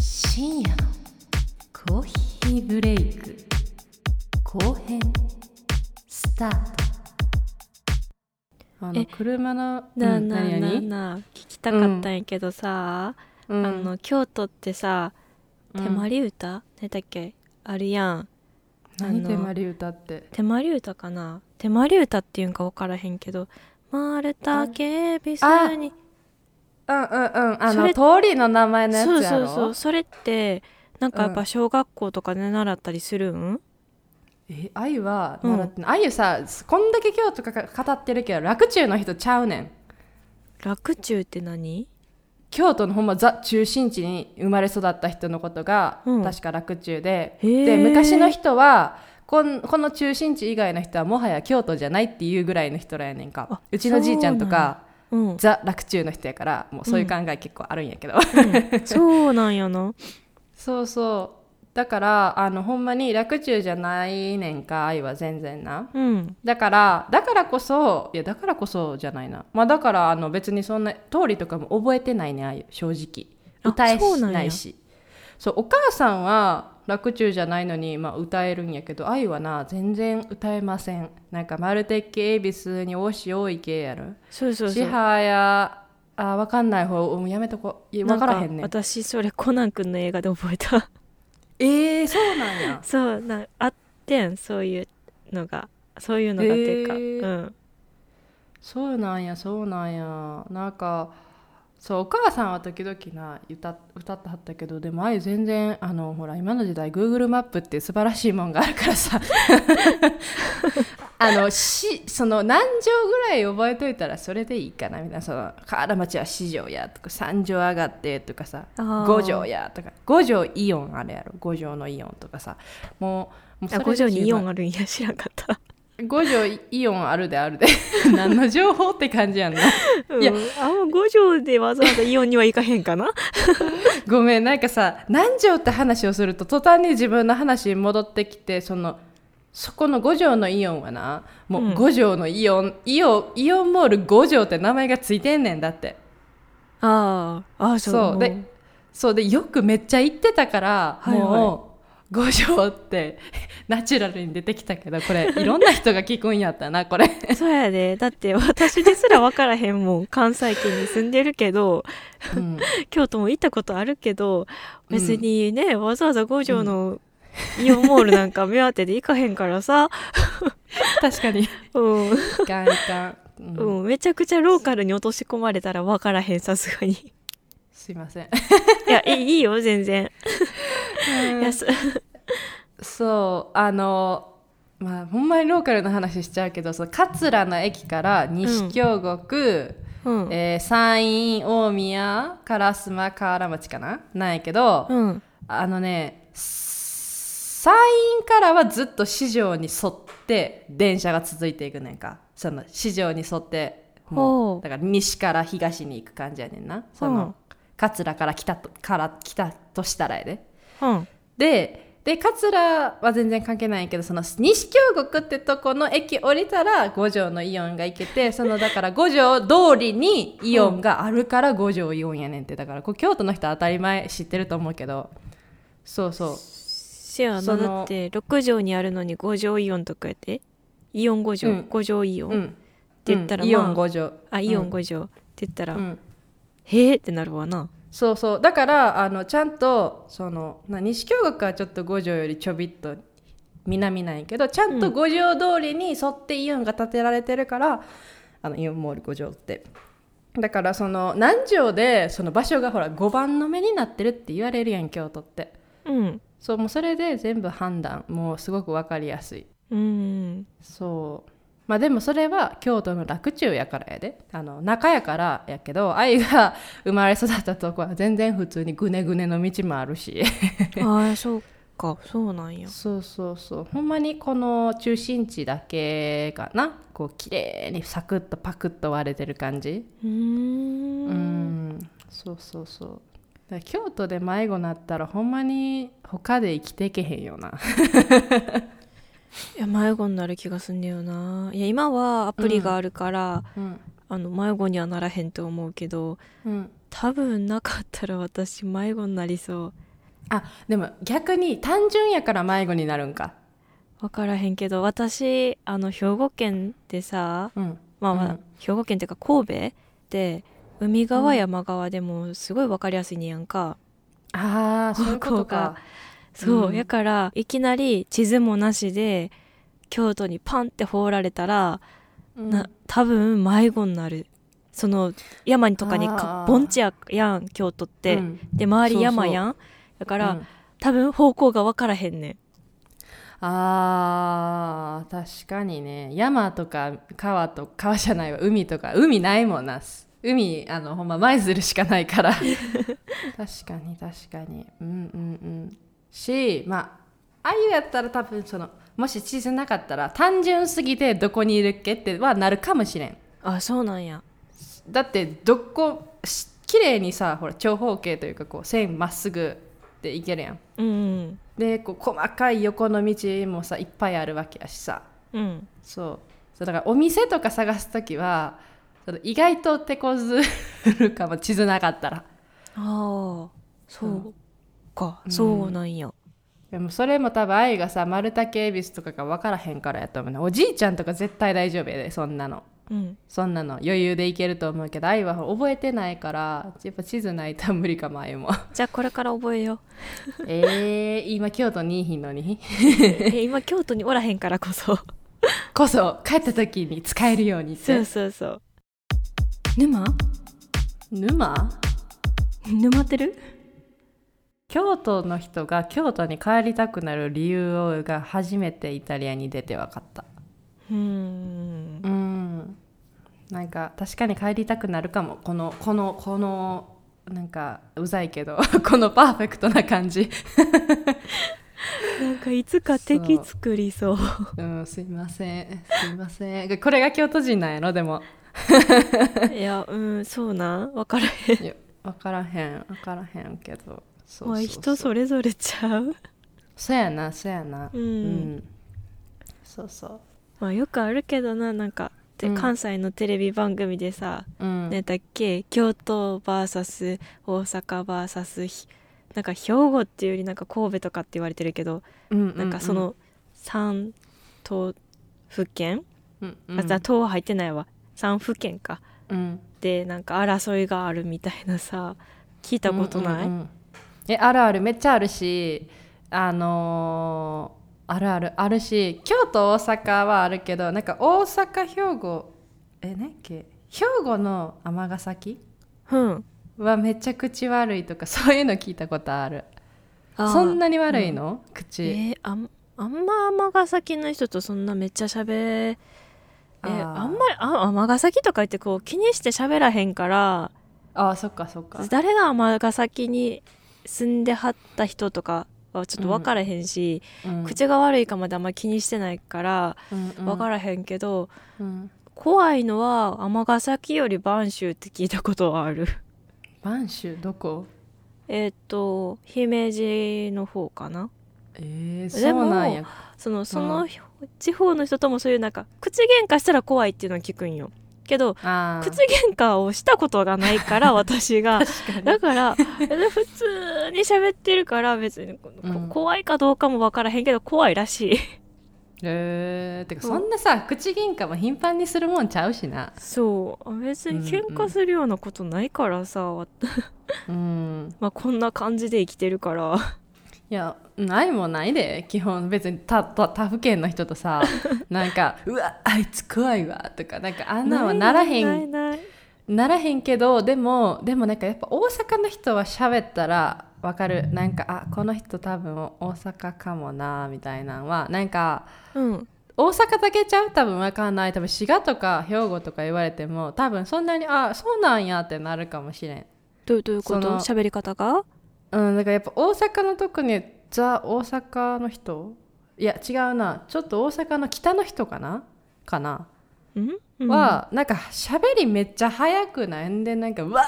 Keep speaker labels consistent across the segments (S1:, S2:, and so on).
S1: 深夜のコーヒーブレイク後編スタートあの
S2: え
S1: 車の
S2: なあ
S1: うん
S2: なあ
S1: 何
S2: なあ
S1: 々
S2: なあ聞きたかったんやけどさ、
S1: うん
S2: あの京都ってさ
S1: うん
S2: 手まり歌、何だっけあるやん
S1: 何
S2: あの
S1: 手まり歌って
S2: 手まり歌かな手まり歌っていうんか分からへんけど「丸太警備
S1: あ
S2: すに
S1: うんうんうんあ
S2: そ
S1: の
S2: れ
S1: 通りの名前」のやつ
S2: そう
S1: や
S2: そ
S1: ろ
S2: うそうそれってなんかやっ
S1: う
S2: ぱ
S1: ん
S2: 小学校とかで習ったりするん、
S1: え愛は習ってない、愛さこんだけ今日とかか語ってるけど楽中の人ちゃうねん
S2: 楽中って何
S1: 京都のほんまザ中心地に生まれ育った人のことが、
S2: うん
S1: 確か洛中で
S2: へー
S1: で昔の人はこんこの中心地以外の人はもはや京都じゃないっていうぐらいの人らやねんか
S2: あ
S1: うちのじいちゃんとか
S2: うん、
S1: ザ洛中の人やからもうそういう考え結構あるんやけ ど、
S2: そうなんやな
S1: そうそうだからあのほんまに洛中じゃないねんか愛は全然な
S2: うん
S1: だからだからこそいやだからこそじゃないなまあだからあの別にそんな通りとかも覚えてないねああいう正直
S2: あ
S1: 歌え
S2: そ
S1: し
S2: うなんや
S1: ないしそうお母さんは楽中じゃないのに、まあ、歌えるんやけど愛はな全然歌えませんなんか「マルテッケ恵比寿におしおいけ」やる
S2: そうそうそ
S1: ち
S2: う
S1: はやあわかんない方もうやめとこいやわからへんねん
S2: なんか私それコナン君の映画で覚えた
S1: ええそうなん や
S2: そうなあってんそういうのがそういうのがっていうか、
S1: へー
S2: うん
S1: そうなんやそうなんやなんかそうお母さんは時々な歌歌ってはったけどでもあゆ全然あのほら今の時代 Google マップって素晴らしいもんがあるからさ あのしその何畳ぐらい覚えといたらそれでいいかなみたいなその河原町は四畳やとか三畳上がってとかさ
S2: あー
S1: 五畳やとか五畳イオンあるやろ五畳のイオンとかさもうもうそ
S2: あ
S1: れで
S2: 五条にイオ
S1: 十分
S2: ンあるんや知らんかった、
S1: 五条イオンあるであるで 何の情報って感じやんな
S2: うん、
S1: いや
S2: あもう五条でわざわざイオンには行かへん かな
S1: ごめんなんかさ何畳って話をすると途端に自分の話に戻ってきてそのそこの五条のイオンはなも
S2: う
S1: うん五条のイオン、イオンイオンモール五条って名前がついてんねんだって
S2: あーあーそう
S1: そう
S2: も
S1: でそうでよくめっちゃ行ってたから、
S2: はいはい
S1: もう五条って ナチュラルに出てきたけどこれいろんな人が聞くんやったなこれ
S2: そうやでだって私ですら分からへんもん関西圏に住んでるけど
S1: うん
S2: 京都も行ったことあるけど別にね、わざわざ五条のイオンモールなんか目当てで行かへんからさ、
S1: 確かに い
S2: うん
S1: かんいかん、うん
S2: うん、めちゃくちゃローカルに落とし込まれたら分からへんさすがにい
S1: すいません
S2: やいいいいよ全然、いやそ
S1: そうあのまあほんまにローカルの話しちゃうけどその桂の駅から西京極、
S2: うん
S1: えー山陰大宮烏丸河原町かななんやけど、
S2: うん
S1: あのねす山陰からはずっと四条に沿って電車が続いていくねんかその四条に沿っても
S2: ほ
S1: う
S2: う
S1: だから西から東に行く感じやねんなその、
S2: うん
S1: 桂から北とから北としたらやで。
S2: うん
S1: でで桂は全然関係ないんやけどその西京極ってとこの駅降りたら五条のイオンが行けてそのだから五条通りにイオンがあるから五条イオンやねんってだからこう京都の人は当たり前知ってると思うけどそうそう
S2: せや
S1: そ
S2: な
S1: の
S2: だって6畳にあるのに5畳イオンとかやってイオン5
S1: うん
S2: 畳、五5畳イオン、
S1: うん
S2: っって言ったら
S1: うんイ
S2: まあ
S1: オン五条
S2: あイオン
S1: 五
S2: 5畳、って言ったら、
S1: 条うん
S2: へえってなるわな
S1: そうそうだからあのちゃんとそのな西京極はちょっと五条よりちょびっと南なんやけどちゃんと
S2: うん
S1: 五条通りに沿ってイオンが建てられてるから、あのイオンモール五条ってだからその何条でその場所がほら5番の目になってるって言われるやん京都って
S2: うん
S1: そうもうそれで全部判断もうすごく分かりやすい
S2: うん
S1: そうまあでもそれは京都の洛中やからやであの中やからやけど愛が生まれ育ったとこは全然普通にぐねぐねの道もあるし
S2: ああ そうかそうなんや
S1: そうそうそうほんまにこの中心地だけかなこう綺麗にサクッとパクッと割れてる感じ
S2: うーん
S1: うんそうそうそうだから京都で迷子なったらほんまに他で生きていけへんよな
S2: いや迷子になる気がすんねよないや今はアプリがあるから、
S1: うん
S2: あの迷子にはならへんと思うけど
S1: うん
S2: 多分なかったら私迷子になりそう
S1: あでも逆に単純やから迷子になるんか
S2: 分からへんけど私あの兵庫県でさ
S1: うん
S2: まあ、まあ
S1: うん
S2: 兵庫県っていうか神戸で海側山側でもすごい分かりやすいねやんか、
S1: ああそういうことか
S2: そう、
S1: うん
S2: やからいきなり地図もなしで京都にパンって放られたら、
S1: うん
S2: な多分迷子になるその山とかに
S1: あ
S2: か
S1: ー
S2: 盆地ややん京都って、
S1: うん
S2: で周り山やんだから、
S1: うん
S2: 多分方向が分からへんねん
S1: あー確かにね山とか川と川じゃないわ海とか海ないもんな海あのほんま舞鶴しかないから 確かに確かにうんうんうんしまああゆやったら多分そのもし地図なかったら単純すぎてどこにいるっけってはなるかもしれん
S2: あそうなんや
S1: だってどこし綺麗にさほら長方形というかこう線まっすぐでいけるやん
S2: うんうん
S1: でこう細かい横の道もさいっぱいあるわけやしさ
S2: うん
S1: そうそうだからお店とか探す時はその意外と手こずるかも地図なかったら
S2: ああそうか、
S1: うん
S2: そうなんや
S1: でもそれも多分愛がさ丸竹恵比寿とかが分からへんからやと思うねおじいちゃんとか絶対大丈夫やでそんなの
S2: うん
S1: そんなの余裕でいけると思うけど愛は覚えてないからやっぱ地図ないと無理かも愛も
S2: じゃあこれから覚え よう
S1: えー、今京都にいひんのに
S2: え今京都におらへんからこそ
S1: こそ帰った時に使えるようにって
S2: そうそうそう沼
S1: 沼
S2: 沼ってる
S1: 京都の人が京都に帰りたくなる理由が初めてイタリアに出て分かった
S2: うーん
S1: うんなんか確かに帰りたくなるかもこのこのこのなんかうざいけど このパーフェクトな感じ
S2: なんかいつか敵作りそう
S1: うんすいませんすいませんこれが京都人なんやろで も
S2: いやうんそうなん分からへん
S1: いや分からへん分からへんけどそ
S2: まあ人
S1: そう
S2: それぞれちゃう
S1: そうやなそうやな
S2: うん
S1: そうそう
S2: まあよくあるけどななんかで
S1: うん
S2: 関西のテレビ番組でさ、
S1: うん、
S2: なんだっけ京都 VS 大阪 VS ひなんか兵庫っていうよりなんか神戸とかって言われてるけど、
S1: うんうんうん
S2: なんかその三都府県、
S1: うんう
S2: あ
S1: ん
S2: じゃあ都は入ってないわ三府県か
S1: うん
S2: でなんか争いがあるみたいなさ聞いたことない、
S1: うんうんうんえあるあるめっちゃあるしあのーあるあるあるし京都大阪はあるけどなんか大阪兵庫え何っけ兵庫の尼崎
S2: うん
S1: はめっちゃ口悪いとかそういうの聞いたことある
S2: あー
S1: そんなに悪いの、口、
S2: えーあんあんま尼崎の人とそんなめっちゃ喋え
S1: あー
S2: あんまりあ尼崎とか言ってこう気にして喋らへんから
S1: ああそっかそっか
S2: 誰が尼崎に住んではった人とかはちょっと分からへんし、
S1: うん
S2: 口が悪いかまであんまり気にしてないから
S1: うんうん
S2: 分からへんけど、
S1: うん
S2: 怖いのは尼崎より播州って聞いたことはある
S1: 播州どこ
S2: えっと姫路の方かな
S1: えー、
S2: でも
S1: そうなんや
S2: そのその地方の人ともそういうなんか口喧嘩したら怖いっていうのは聞くんよけど
S1: あー
S2: 口喧嘩をしたことがないから 私が
S1: 確かに
S2: だから普通に喋ってるから別にここ
S1: うん
S2: 怖いかどうかも分からへんけど怖いらしい
S1: えー、てか
S2: そう
S1: そんなさ口喧嘩も頻繁にするもんちゃうしな
S2: そう別に喧
S1: うんう
S2: 嘩
S1: ん
S2: するようなことないからさ、わ
S1: うん
S2: まあ、こんな感じで生きてるから
S1: いやないもんないで基本別に他他他府県の人と さなんか「うわあいつ怖いわ」とかなんかあんなんはならへん
S2: ないないない
S1: ならへんけどでもでもなんかやっぱ大阪の人は喋ったらわかるなんかあこの人多分大阪かもなみたいなのはなんか
S2: うん
S1: 大阪だけちゃう多分わかんない多分滋賀とか兵庫とか言われても多分そんなにあそうなんやってなるかもしれん
S2: どうどういうこと
S1: その
S2: 喋り方が
S1: うん、だからやっぱ大阪の特にザ大阪の人いや違うなちょっと大阪の北の人かなかな、
S2: うん、うん、
S1: はなんか喋りめっちゃ早くないんでなんか「わ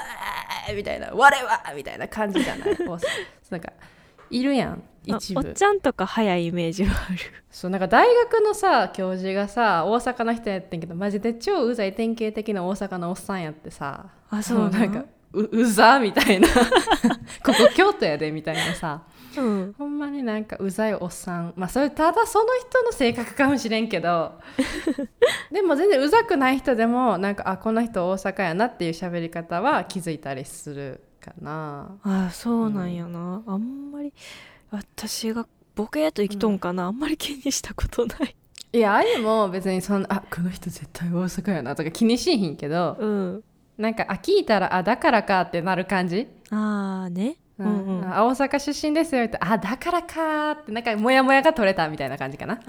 S1: ー!」みたいな「我は!」みたいな感じじゃ ない大阪なんかいるやん
S2: あ
S1: 一
S2: お
S1: 部
S2: っちゃんとか早いイメージはある
S1: そうなんか大学のさ教授がさ大阪の人やってんけどマジで超うざい典型的な大阪のおっさんやってさ
S2: あそうなん
S1: もなんかううざみたい なここ京都やでみたいなさ
S2: うん
S1: ほんまになんかうざいおっさんまあそれただその人の性格かもしれんけ どでも全然うざくない人でもなんかあこの人大阪やなっていう喋り方は気づいたりするかな
S2: ああそうなんやな、あんまり私がボケーっと生きとんかな、あんまり気にしたこ とない
S1: いやあゆも別にそんな あこの人絶対大阪やなとか気にしひんけど
S2: うん
S1: なんかあ聞いたらあだからかってなる感じ
S2: ああね
S1: う
S2: うんうん
S1: んあ大阪出身ですよってあだからかーってなんかモヤモヤが取れたみたいな感じかな
S2: ああ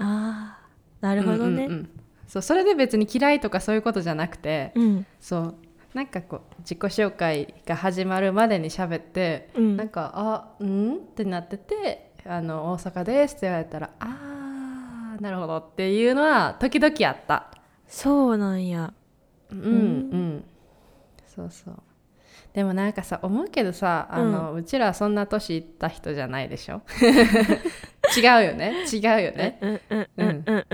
S2: な
S1: な
S2: るほどね
S1: うんうんうんそうそれで別に嫌いとかそういうことじゃなくて、
S2: うん
S1: そうなんかこう自己紹介が始まるまでに喋って、
S2: うん
S1: なんか「あうん?」ってなってて「あの大阪です」って言われたら「あーなるほど」っていうのは時々あった。
S2: そうなんや
S1: うん
S2: ん
S1: うんそうそうでもなんかさ思うけどさあの、うちらそんな年いった人じゃないでし ょ違うよね違うよね
S2: うんうんうんうん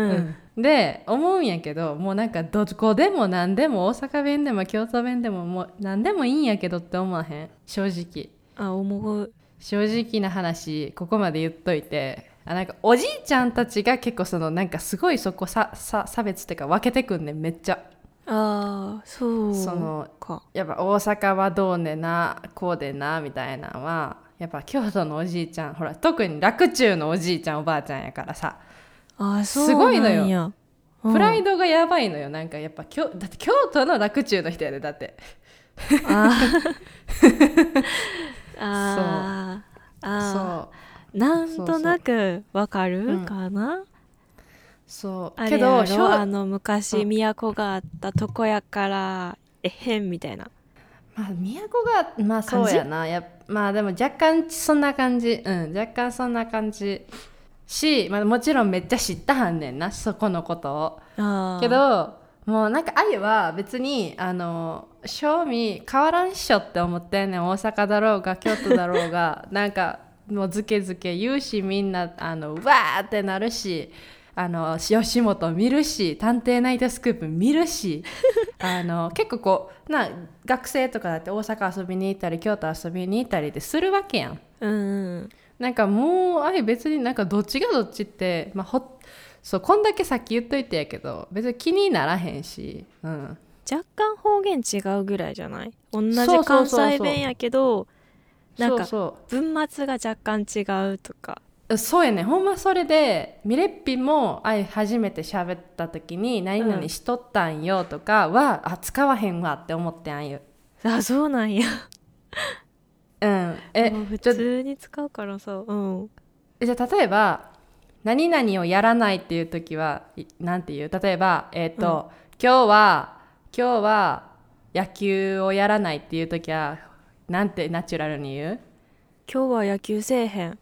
S2: うん、
S1: で思うんやけどもうなんかどこでも何でも大阪弁でも京都弁でももう何でもいいんやけどって思わへん正直
S2: あ思う
S1: 正直な話ここまで言っといてあなんかおじいちゃんたちが結構そのなんかすごいそこささ差別っていうか分けてくんねんめっちゃ
S2: ああそう
S1: その
S2: か
S1: やっぱ大阪はどうねなこうでなみたいなのはやっぱ京都のおじいちゃんほら特に洛中のおじいちゃんおばあちゃんやからさ
S2: ああそう
S1: すごいの
S2: な
S1: よ
S2: んやうん
S1: プライドがやばいのよなんかやっぱ京だって京都の洛中の人やでだって
S2: あーあーあ
S1: そう
S2: ーなんとなくわかるかな
S1: そう
S2: あれ
S1: け
S2: やろ
S1: どしょう
S2: あの昔
S1: うん
S2: 都があった床やからえへんみたいな
S1: まあ都がまあそうやなやっまあでも若干そんな感じうん若干そんな感じし、まあ、もちろんめっちゃ知ったはんねんなそこのことを
S2: あー
S1: けどもうなんかあゆは別にあの正味変わらんっしょって思ってんねん大阪だろうが京都だろう がなんかもうずけずけ言うしみんなあのうわーってなるしあの吉本見るし「探偵ナイトスクープ」見る しあの結構こうな学生とかだって大阪遊びに行ったり京都遊びに行ったりってするわけやん。
S2: うんうん
S1: なんかもうあれ別になんかどっちがどっちって、まあ、ほっそうこんだけさっき言っといてやけど別に気にならへんし、うん、
S2: 若干方言違うぐらいじゃない同じ
S1: そうそうそう
S2: 関
S1: そう
S2: 西弁やけどなんか
S1: そう
S2: 文末が若干違うとか
S1: そうそうやねほんまそれでミレッピもあい初めて喋った時に「何々しとったんよ」とかは、あ使わへんわって思ってあんよ。
S2: あそうなんや
S1: うん、え
S2: もう普
S1: ちょ
S2: 通に使うからさうん
S1: じゃあ例えば「何々をやらない」っていう時はいなんていう例えばえっ、と、今日は今日は野球をやらないっていう時はなんてナチュラルに言う
S2: 今日は野球せえへん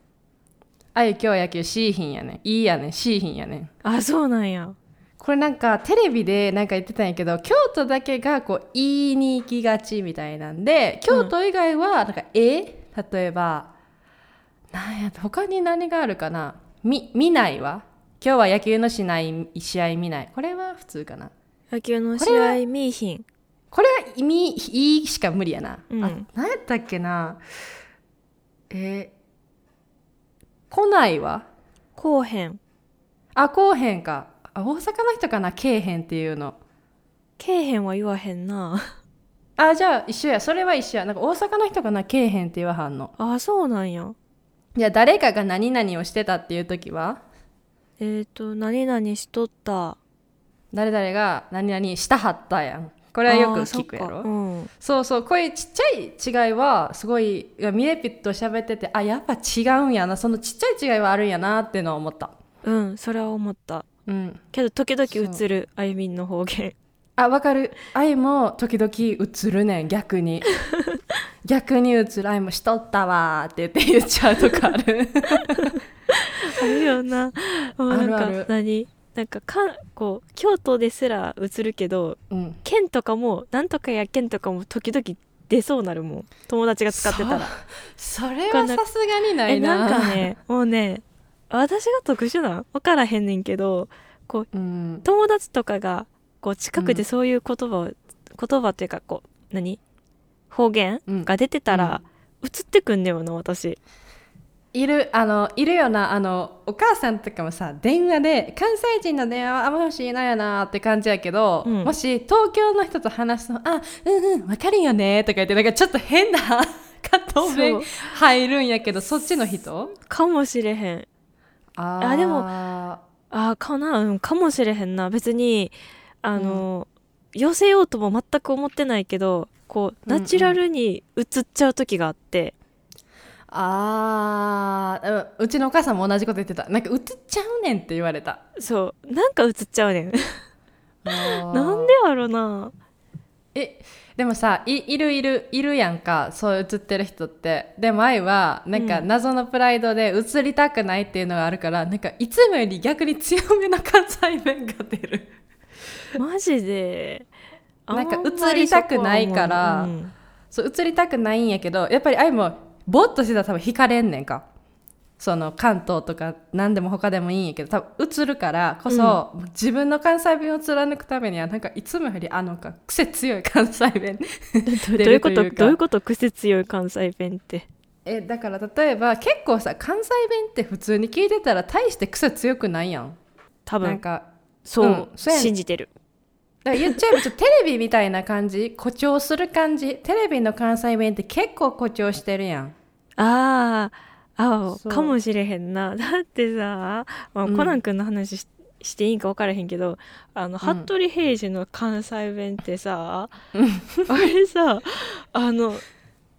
S1: あゆ今日は野球しいひんやねんいいやねんしいひんやねん
S2: あそうなんや
S1: これなんかテレビでなんか言ってたんやけど京都だけがこう言いに行きがちみたいなんで京都以外はなんか、え例えばなんや他に何があるかなみ見ないわ今日は野球のしない試合見ないこれは普通かな
S2: 野球の試合見いひん
S1: これはみいいしか無理やな、
S2: うん
S1: あ何やったっけなえ来ないわ
S2: こうへん
S1: あこうへんかあ大阪の人かなけえへんっていうの
S2: けえへんは言わへんな
S1: あじゃあ一緒やそれは一緒やなんか大阪の人かなけえへんって言わはんの
S2: あそうなんや
S1: じゃあ誰かが何々をしてたっていう時は
S2: えっ、と何々しとった
S1: 誰々が何々したはったやんこ
S2: こ
S1: れはよく聞くやろ
S2: う
S1: そう,、
S2: ん
S1: そうこういうちっちゃい違いはすごいいやミレピッと喋っててあやっぱ違うんやなそのちっちゃい違いはあるんやなっていうのは思った
S2: うんそれは思った
S1: うん
S2: けど時々映るあゆみんの方言
S1: あわかる愛も時々映るねん逆 に逆に映る愛もしとったわーって言って言っちゃうとかあ る
S2: あるよなもうなんか
S1: あるある
S2: 何なんかかこう京都ですら映るけど
S1: うん
S2: 県とかもなんとかや県とかも時々出そうなるもん友達が使ってたら
S1: それはさすがにない
S2: え
S1: な
S2: なんかねもうね私が特殊なん分からへんねんけど
S1: うん、
S2: 友達とかがこう近くでそういう言葉を、言葉というかこう何方言
S1: うん
S2: が出てたら、映ってくんねよな、私。
S1: いるあのいるよなあのお母さんとかもさ電話で関西人の電話はあんま欲しいなよなって感じやけど、
S2: うん
S1: もし東京の人と話すと「あうんうんわかるよね」とか言ってなんかちょっと変な片
S2: そ
S1: 目
S2: う
S1: 入るんやけどそっちの人
S2: かもしれへん。
S1: あ
S2: ーで
S1: も
S2: もああ、かな、うん、かもしれへんな。別に、あの、寄せようとも全く思ってないけど、こう、
S1: うんうん
S2: ナチュラルに映っちゃう時があって、
S1: あーうんうちのお母さんも同じこと言ってたなんか映っちゃうねんって言われた
S2: そう、なんか映っちゃうねん。 なんでやろな。
S1: えでもさいいるいるいるやんかそう映ってる人ってでも愛はなんか
S2: うん
S1: 謎のプライドで映りたくないっていうのがあるから、なんかいつもより逆に強めの関西弁が出る
S2: マジで。
S1: なんか
S2: あま
S1: 映りたくないから
S2: そこはもううん
S1: そう映りたくないんやけどやっぱり愛もぼーっとしてたら多分惹かれんねんかその関東とか何でも他でもいいんやけど多分映るからこそ、自分の関西弁を貫くためにはなんかいつもよりあのか癖強い関西弁出
S2: どういう
S1: ると
S2: こ
S1: いうか
S2: と、どういうこと癖強い関西弁って。
S1: えだから例えば結構さ関西弁って普通に聞いてたら大して癖強くないやん
S2: 多
S1: なん
S2: 分、
S1: か
S2: そう、
S1: うんそうやねん
S2: 信じてる。
S1: だから言っちゃえばちょっとテレビみたいな感じ 誇張する感じテレビの関西弁って結構誇張してるや ん
S2: あ
S1: そ
S2: あ、ああ、
S1: う
S2: かもしれへんな。 だってさ、まあ
S1: うん
S2: コナン君の話ししていいんか分からへんけど、あの、服部平次の関西弁ってさ、あれさ、あの、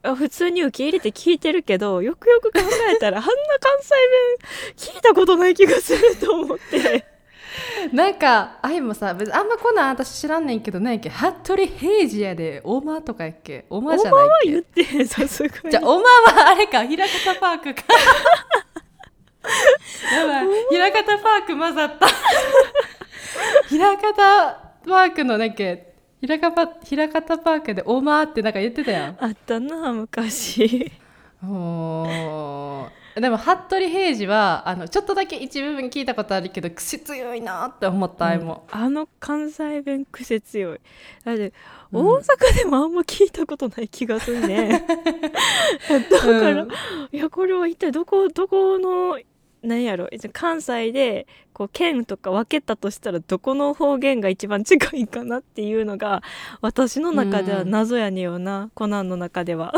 S2: あ普通に受け入れて聞いてるけど、よくよく考え たら、あんな関西弁聞いたことない気がすると思って。
S1: なんかあいもさ別にあんまこんなん私知らんねんけどなんやっけ服部平次やでオーマーとかやっけオーマーじゃ
S2: お
S1: な
S2: 前
S1: い
S2: は
S1: っ
S2: 言っ
S1: け
S2: てへん、さすが に。
S1: じゃあオーマーはあれか平方パークか やばい平方パーク混ざった 平方パークのなんか平方平方パークで「おま」ってなんか言ってたやん
S2: あったな、昔。
S1: おーでも服部平次はあのちょっとだけ一部分聞いたことあるけど癖強いなって思ったあいも、
S2: うんあの関西弁癖強いだって
S1: うん
S2: 大阪でもあんま聞いたことない気がする ね、 だから、
S1: うん
S2: いやこれは一体どこどこの何やろ関西でこう県とか分けたとしたらどこの方言が一番近いかなっていうのが私の中では謎やねんよな、コナンの中では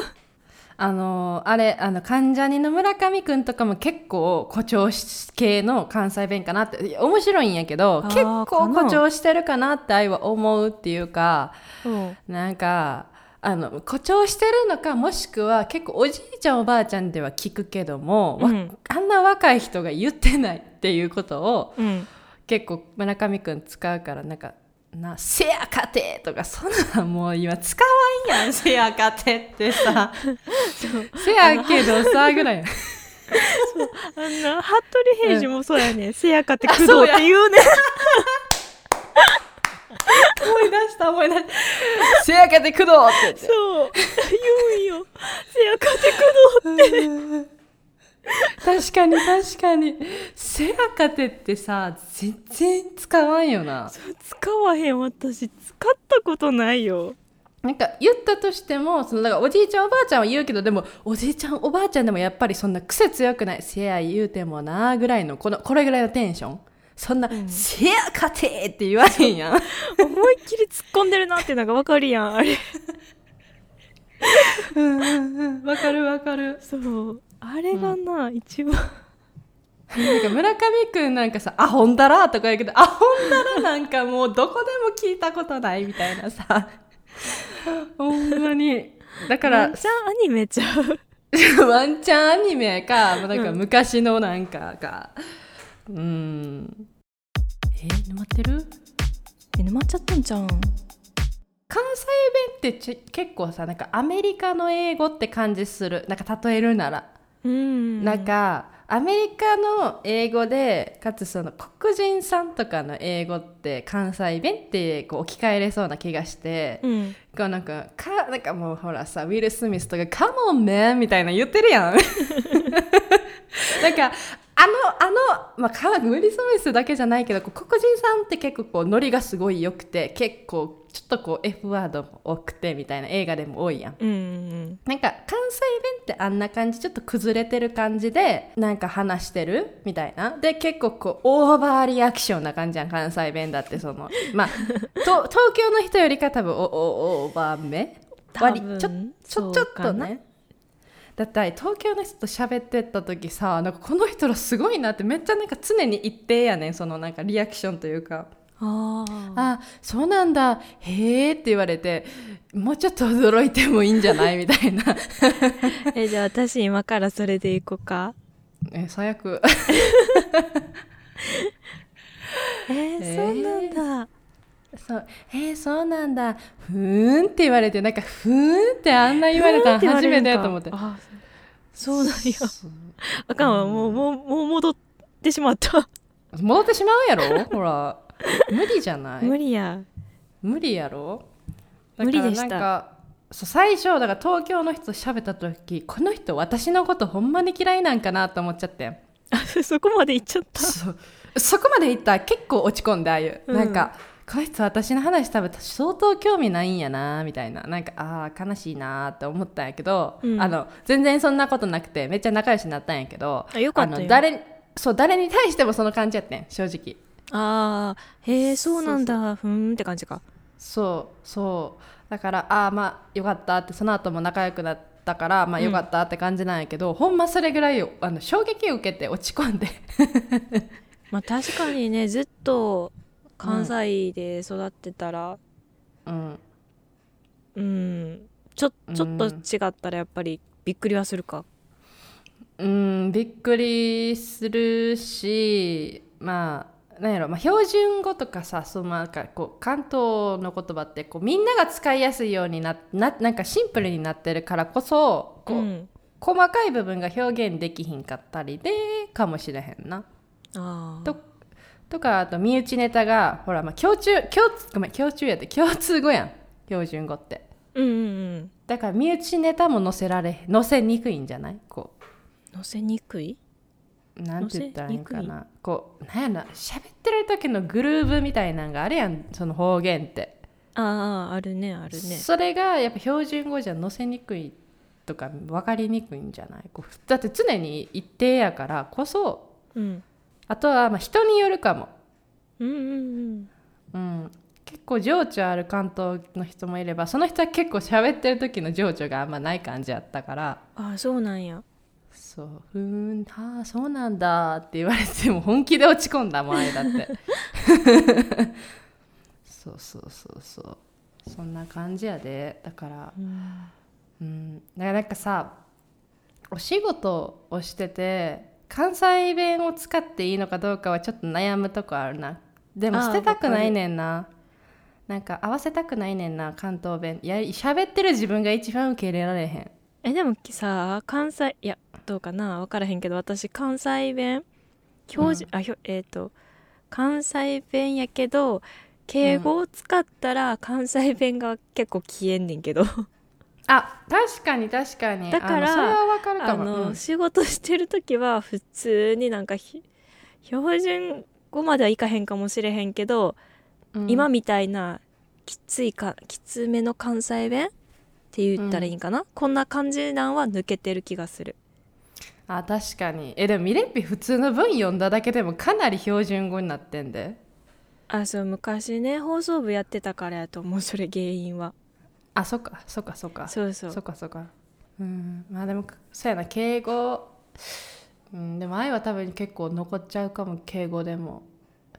S1: あのーあれあの関ジャニの村上くんとかも結構誇張し系の関西弁かなっていや面白いんやけど
S2: あー
S1: 結構
S2: かな
S1: 誇張してるかなって愛は思うっていうか
S2: うん
S1: なんかあの誇張してるのかもしくは結構おじいちゃんおばあちゃんでは聞くけども、わ
S2: うん
S1: あんな若い人が言ってないっていうことを
S2: うん
S1: 結構村上くん使うからなんか「なせやかて」とかそんなんもう今使わ んやん「せやかて」ってさ「せやけどさ」ぐらい
S2: あんな服部平次もそうやね、ん、せやかって工藤
S1: あそう
S2: っ
S1: や
S2: て言うねん
S1: 思い出した思い出した「せやかて工藤」って
S2: そう。言うんよ。せやかてくのって。
S1: 言って。確かに確かに「せやかて」ってさ全然使わんよな
S2: 使わへん私。使ったことないよ。
S1: なんか言ったとしてもそのだからおじいちゃんおばあちゃんは言うけどでもおじいちゃんおばあちゃんでもやっぱりそんな癖強くない「せや言うてもな」ぐらいのこのこれぐらいのテンションそんな「
S2: ん
S1: せやかて」って言わへんやん
S2: 思いっきり突っ込んでるなってのがわかるやん、あれ。
S1: わかるわかる
S2: そう。あれがな、一番。
S1: なんか村上くんなんかさ「アホンダラ」とか言うけど「アホンダラ」なんかもうどこでも聞いたことないみたいなさ ほんまにだか
S2: ワ
S1: ら
S2: ンチャンアニメちゃ う。
S1: ワンチャンアニメか、まあ、なんか
S2: うん
S1: 昔のなんかか。うーん。え、沼ってる
S2: え、沼っちゃったんじゃん。
S1: 関西弁ってち結構さ、なんかアメリカの英語って感じする。なんか例えるなら。
S2: うん。
S1: なんか、アメリカの英語で、かつその黒人さんとかの英語って関西弁ってこう置き換えれそうな気がして、
S2: うん。
S1: こうなんか、か、なんかもうほらさ、ウィ ル・スミスとか、カモンメンみたいな言ってるやん。なんか、あのあの、まあ、か無理そうですだけじゃないけどこう黒人さんって結構こうノリがすごい良くて結構ちょっとこう F ワードも多くてみたいな映画でも多いやん。
S2: うんうん
S1: なんか関西弁ってあんな感じちょっと崩れてる感じでなんか話してるみたいなで結構こうオーバーリアクションな感じじゃん関西弁だってそ のまあと東京の人よりか多分おおオーバーめ割
S2: 多分
S1: ちょち
S2: そ
S1: ょ
S2: う
S1: ちょっと
S2: かな
S1: ねだって東京の人と喋ってった時さなんかこの人らすごいなってめっちゃなんか常に一定やねんそのなんかリアクションというか。
S2: あー
S1: あそうなんだへえって言われてもうちょっと驚いてもいいんじゃないみたいな
S2: えじゃあ私今からそれでいこうか
S1: え最悪
S2: えー
S1: えー
S2: そうなんだ
S1: そうへえそうなんだふーんって言われてなんかふーんってあんな言われたの初めてやと思って
S2: あそうなんや
S1: そう
S2: あかんわもうもうもう戻ってしまった
S1: 戻ってしまうやろほら無理じゃない
S2: 無理や
S1: 無理やろ
S2: 無理でした
S1: だからなんかそう最初だから東京の人と喋った時この人私のことほんまに嫌いなんかなと思っちゃってん
S2: あそこまで行っちゃった
S1: そうそこまでいったら結構落ち込んでああいう、
S2: うん
S1: なんかこいつ私の話多分相当興味ないんやなみたいななんかああ悲しいなって思ったんやけど、
S2: うん
S1: あの全然そんなことなくてめっちゃ仲良しになったんやけど
S2: あよかったよ
S1: あの誰そう誰に対してもその感じやってん正直
S2: あーへえそうなんだふーんって感じか
S1: そうそうだからああまあよかったってその後も仲良くなったからまあよかったって感じなんやけど、ほんまそれぐらいよあの衝撃を受けて落ち込んで
S2: まあ確かにねずっと関西で育ってたら
S1: うん
S2: うん、ちょちょっと
S1: うん
S2: 違ったらやっぱりびっくりはするか
S1: うんびっくりするしまあなんやろ、まあ、標準語とかさそのなんかこう関東の言葉ってこうみんなが使いやすいようになななんかシンプルになってるからこそこう、
S2: ん、
S1: 細かい部分が表現できひんかったりでかもしれへんな。
S2: あー
S1: ととかあと身内ネタがほら、まあ、共通共通ごめん共通やって共通語やん標準語って。
S2: うんうん
S1: だから身内ネタも載せられ載せにくいんじゃないこう
S2: うん載せにくい
S1: なんて言ったらいいんか
S2: 乗せ
S1: なこうなんやな喋ってる時のグルーヴみたいなんがあるやんその方言って、
S2: あああるねあるね
S1: それがやっぱ標準語じゃ載せにくいとか分かりにくいんじゃないこうだって常に一定やからこそ
S2: うん
S1: あとはまあ人によるかも、
S2: うんうん
S1: うん、結構情緒ある関東の人もいればその人は結構喋ってる時の情緒があんまない感じやったから
S2: うんあそうなんや
S1: そうふーんはあそうなんだって言われても本気で落ち込んだ前だってそうそうそうそうそんな感じやでだから
S2: うん
S1: うんだからなんかさお仕事をしてて関西弁を使っていいのかどうかはちょっと悩むとこあるなでも
S2: あー
S1: 捨てたくないねんななんか合わせたくないねんな関東弁いや喋ってる自分が一番受け入れられへん
S2: えでもさ関西いやどうかな分からへんけど私関西弁標準、あひょえっ、と関西弁やけど敬語を使ったら関西弁が結構消えんねん けど、
S1: あ確かに確かに
S2: だから
S1: あのそれはわかる
S2: あ
S1: かも
S2: の、
S1: うん
S2: 仕事してる時は普通になんかひ標準語まではいかへんかもしれへんけど、
S1: うん
S2: 今みたいなきついかきつめの関西弁って言ったらいいんかな、こんな感じなんは抜けてる気がする
S1: あ確かにえでもミレッピ普通の文読んだだけでもかなり標準語になってんで
S2: あそう昔ね放送部やってたからやと思うそれ原因は
S1: あそっかそっかそっか
S2: そうそう
S1: そっかそっかうんまあでもそうやな敬語うんでも愛は多分結構残っちゃうかも敬語でも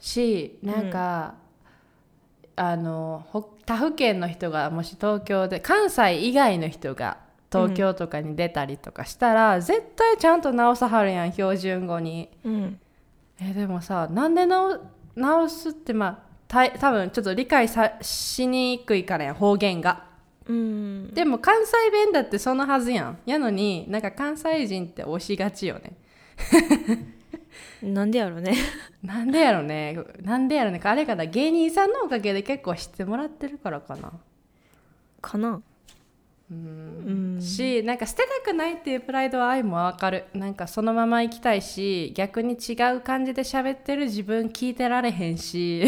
S1: しなんか、あのほ他府県の人がもし東京で関西以外の人が東京とかに出たりとかしたら、絶対ちゃんと直さはるやん標準語に。
S2: うん
S1: えでもさなんで直直すってまあたい多分ちょっと理解さしにくいからやん方言が
S2: うん
S1: でも関西弁だってそのはずやんやのになんか関西人って押しがちよね
S2: なんでやろうね
S1: なんでやろねなんでやろねあれかな芸人さんのおかげで結構知ってもらってるからかな
S2: かな
S1: う
S2: うんん
S1: しなんか捨てたくないっていうプライドは愛もわかるなんかそのまま行きたいし逆に違う感じで喋ってる自分聞いてられへんし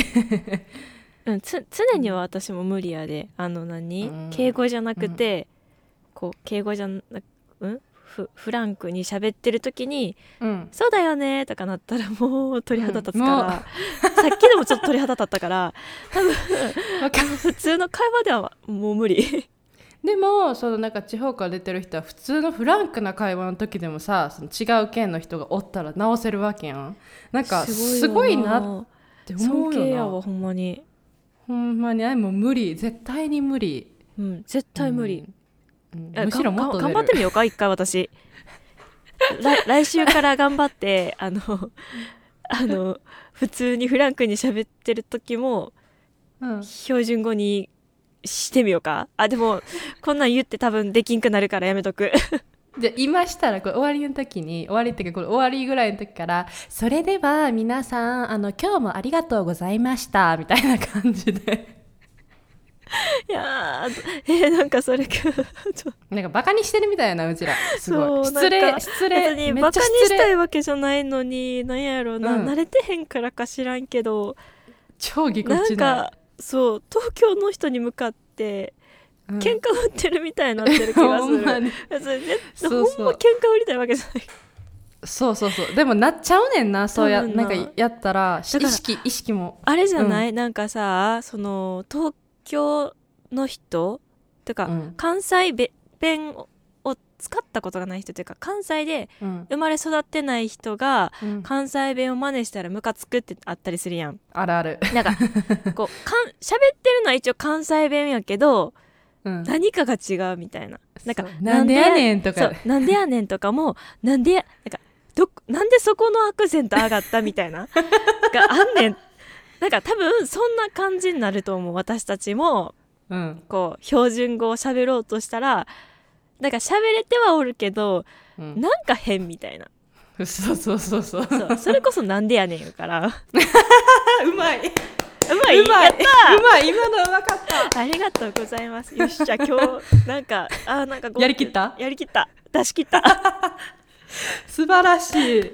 S2: うん、つ常には私も無理やであの何、
S1: うん
S2: 敬語じゃなくて、こう敬語じゃなくうんフフランクに喋ってる時に
S1: うん
S2: 「そうだよね」とかなったらもう鳥肌立つから、
S1: うんもう
S2: さっきでもちょっと鳥肌立ったから
S1: わかる
S2: 普通の会話ではもう無理
S1: でもそのなんか地方から出てる人は普通のフランクな会話の時でもさその違う県の人がおったら直せるわけやんなんかすごい
S2: よ
S1: なって思
S2: 尊
S1: う
S2: 敬や
S1: よ
S2: わ
S1: な
S2: ほんまに、
S1: ほんまに愛も無理絶対に無理
S2: うん、絶対無理、
S1: うん、うん
S2: あ
S1: むしろもっと出
S2: がん
S1: る
S2: 頑張ってみようか一回 私来来週から頑張ってあのあの普通にフランクに喋ってる時も
S1: うん
S2: 標準語にしてみようかあでもこんなん言って多分できんくなるからやめとく
S1: で今したらこれ終わりの時に終わりっていうかこれ終わりぐらいの時から「それでは皆さんあの今日もありがとうございました」みたいな感じで
S2: いやーえなんかそれちょっと
S1: なんかバカにしてるみたいなうちらすごい
S2: そう
S1: 失
S2: なん
S1: 礼
S2: か
S1: 失
S2: 別
S1: 礼
S2: に
S1: めっ
S2: バ
S1: ち
S2: カ
S1: ゃ
S2: に
S1: 失
S2: した
S1: 礼
S2: いわけじゃないのになんやろな、
S1: うん
S2: 慣れてへんからか知らんけど
S1: 超ぎこ
S2: なん
S1: ちない
S2: かそう東京の人に向かって
S1: うん
S2: 喧嘩売ってるみたいになってる気 が
S1: ほ
S2: す
S1: んま
S2: る。
S1: に
S2: 別にね
S1: そうそう
S2: ほんま喧嘩売りたいわけじゃない。
S1: そうそうそうでもなっちゃうねんなそうや
S2: 多分
S1: な
S2: なん
S1: かやったら意
S2: から
S1: 識意識も
S2: あれじゃない、なんかさその東京の人とか、
S1: うん
S2: 関西べ弁をを使ったことがない人というか関西で
S1: うん
S2: 生まれ育ってない人が
S1: うん
S2: 関西弁を真似したらムカつくってあったりするやん。
S1: あるある
S2: なん かこうかん喋ってるのは一応関西弁やけど
S1: うん
S2: 何かが違うみたいな。なんか
S1: そうなんでやねんと
S2: そ
S1: か
S2: うなんでやねんとかもなんでやなんかどなんでそこのアクセント上がったみたいながあんねんなんか多分そんな感じになると思う私たちも
S1: うん
S2: こう標準語を喋ろうとしたらなんか喋れてはおるけど
S1: うん
S2: なんか変みたいな
S1: そうそうそうそう
S2: そうそれこそなんでやねんやから う
S1: うまいう
S2: まいう
S1: ま
S2: や
S1: い
S2: っ
S1: うまい今のうまかった
S2: たありがとうございますよしじゃあ今日なんかあーなんかご
S1: やりきった
S2: やりきった出し切った
S1: 素晴らし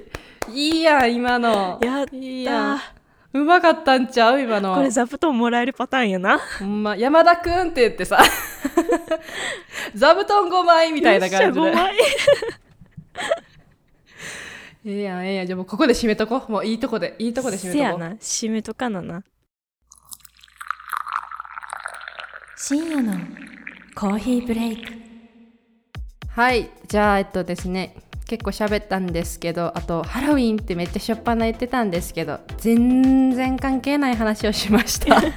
S1: いいいやん今の
S2: やった
S1: いいやんうまかったんちゃう今の
S2: これ座布団もらえるパターンやな
S1: ほんま山田くんって言って さ座布団5枚みたいな感じ
S2: よっ
S1: で
S2: しゃ5枚
S1: ええやんええやんじゃあもうここで締めとこうもういいとこでいいとこで締めとこう
S2: せやな締めとかなな深夜のコーヒーブレイク
S1: はいじゃあえっとですね結構喋ったんですけどあとハロウィンってめっちゃしょっぱな言ってたんですけど全然関係ない話をしました、はい、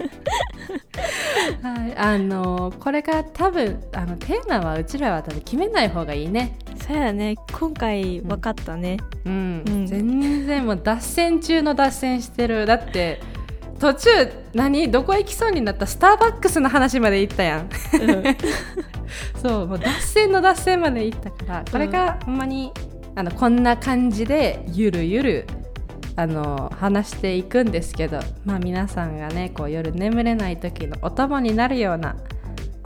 S1: あのこれから多分あのテーマはうちらは多分決めない方がいいね
S2: そうやね今回分かったね、
S1: うん、
S2: うん
S1: 全然もう脱線中の脱線してるだって途中何どこ行きそうになったスターバックスの話まで行ったやん
S2: うん
S1: そうもう脱線の脱線まで行ったからこれからほんまに、あのこんな感じでゆるゆるあの話していくんですけどまあ皆さんがねこう夜眠れない時のお供になるような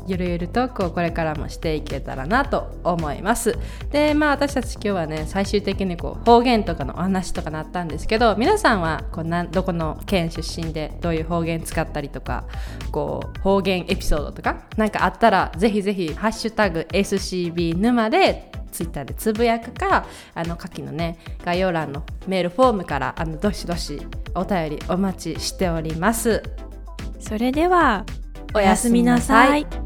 S1: ゆるゆるトークをこれからもしていけたらなと思いますでまあ私たち今日はね最終的にこう方言とかのお話とかなったんですけど皆さんはこうなんどこの県出身でどういう方言使ったりとかこう方言エピソードとかなんかあったらぜひぜひハッシュタグ SCB 沼」でツイッターでつぶやくかあの下記のね概要欄のメールフォームからあのどしどしお便りお待ちしております
S2: それでは
S1: おやすみなさい
S2: おやすみなさい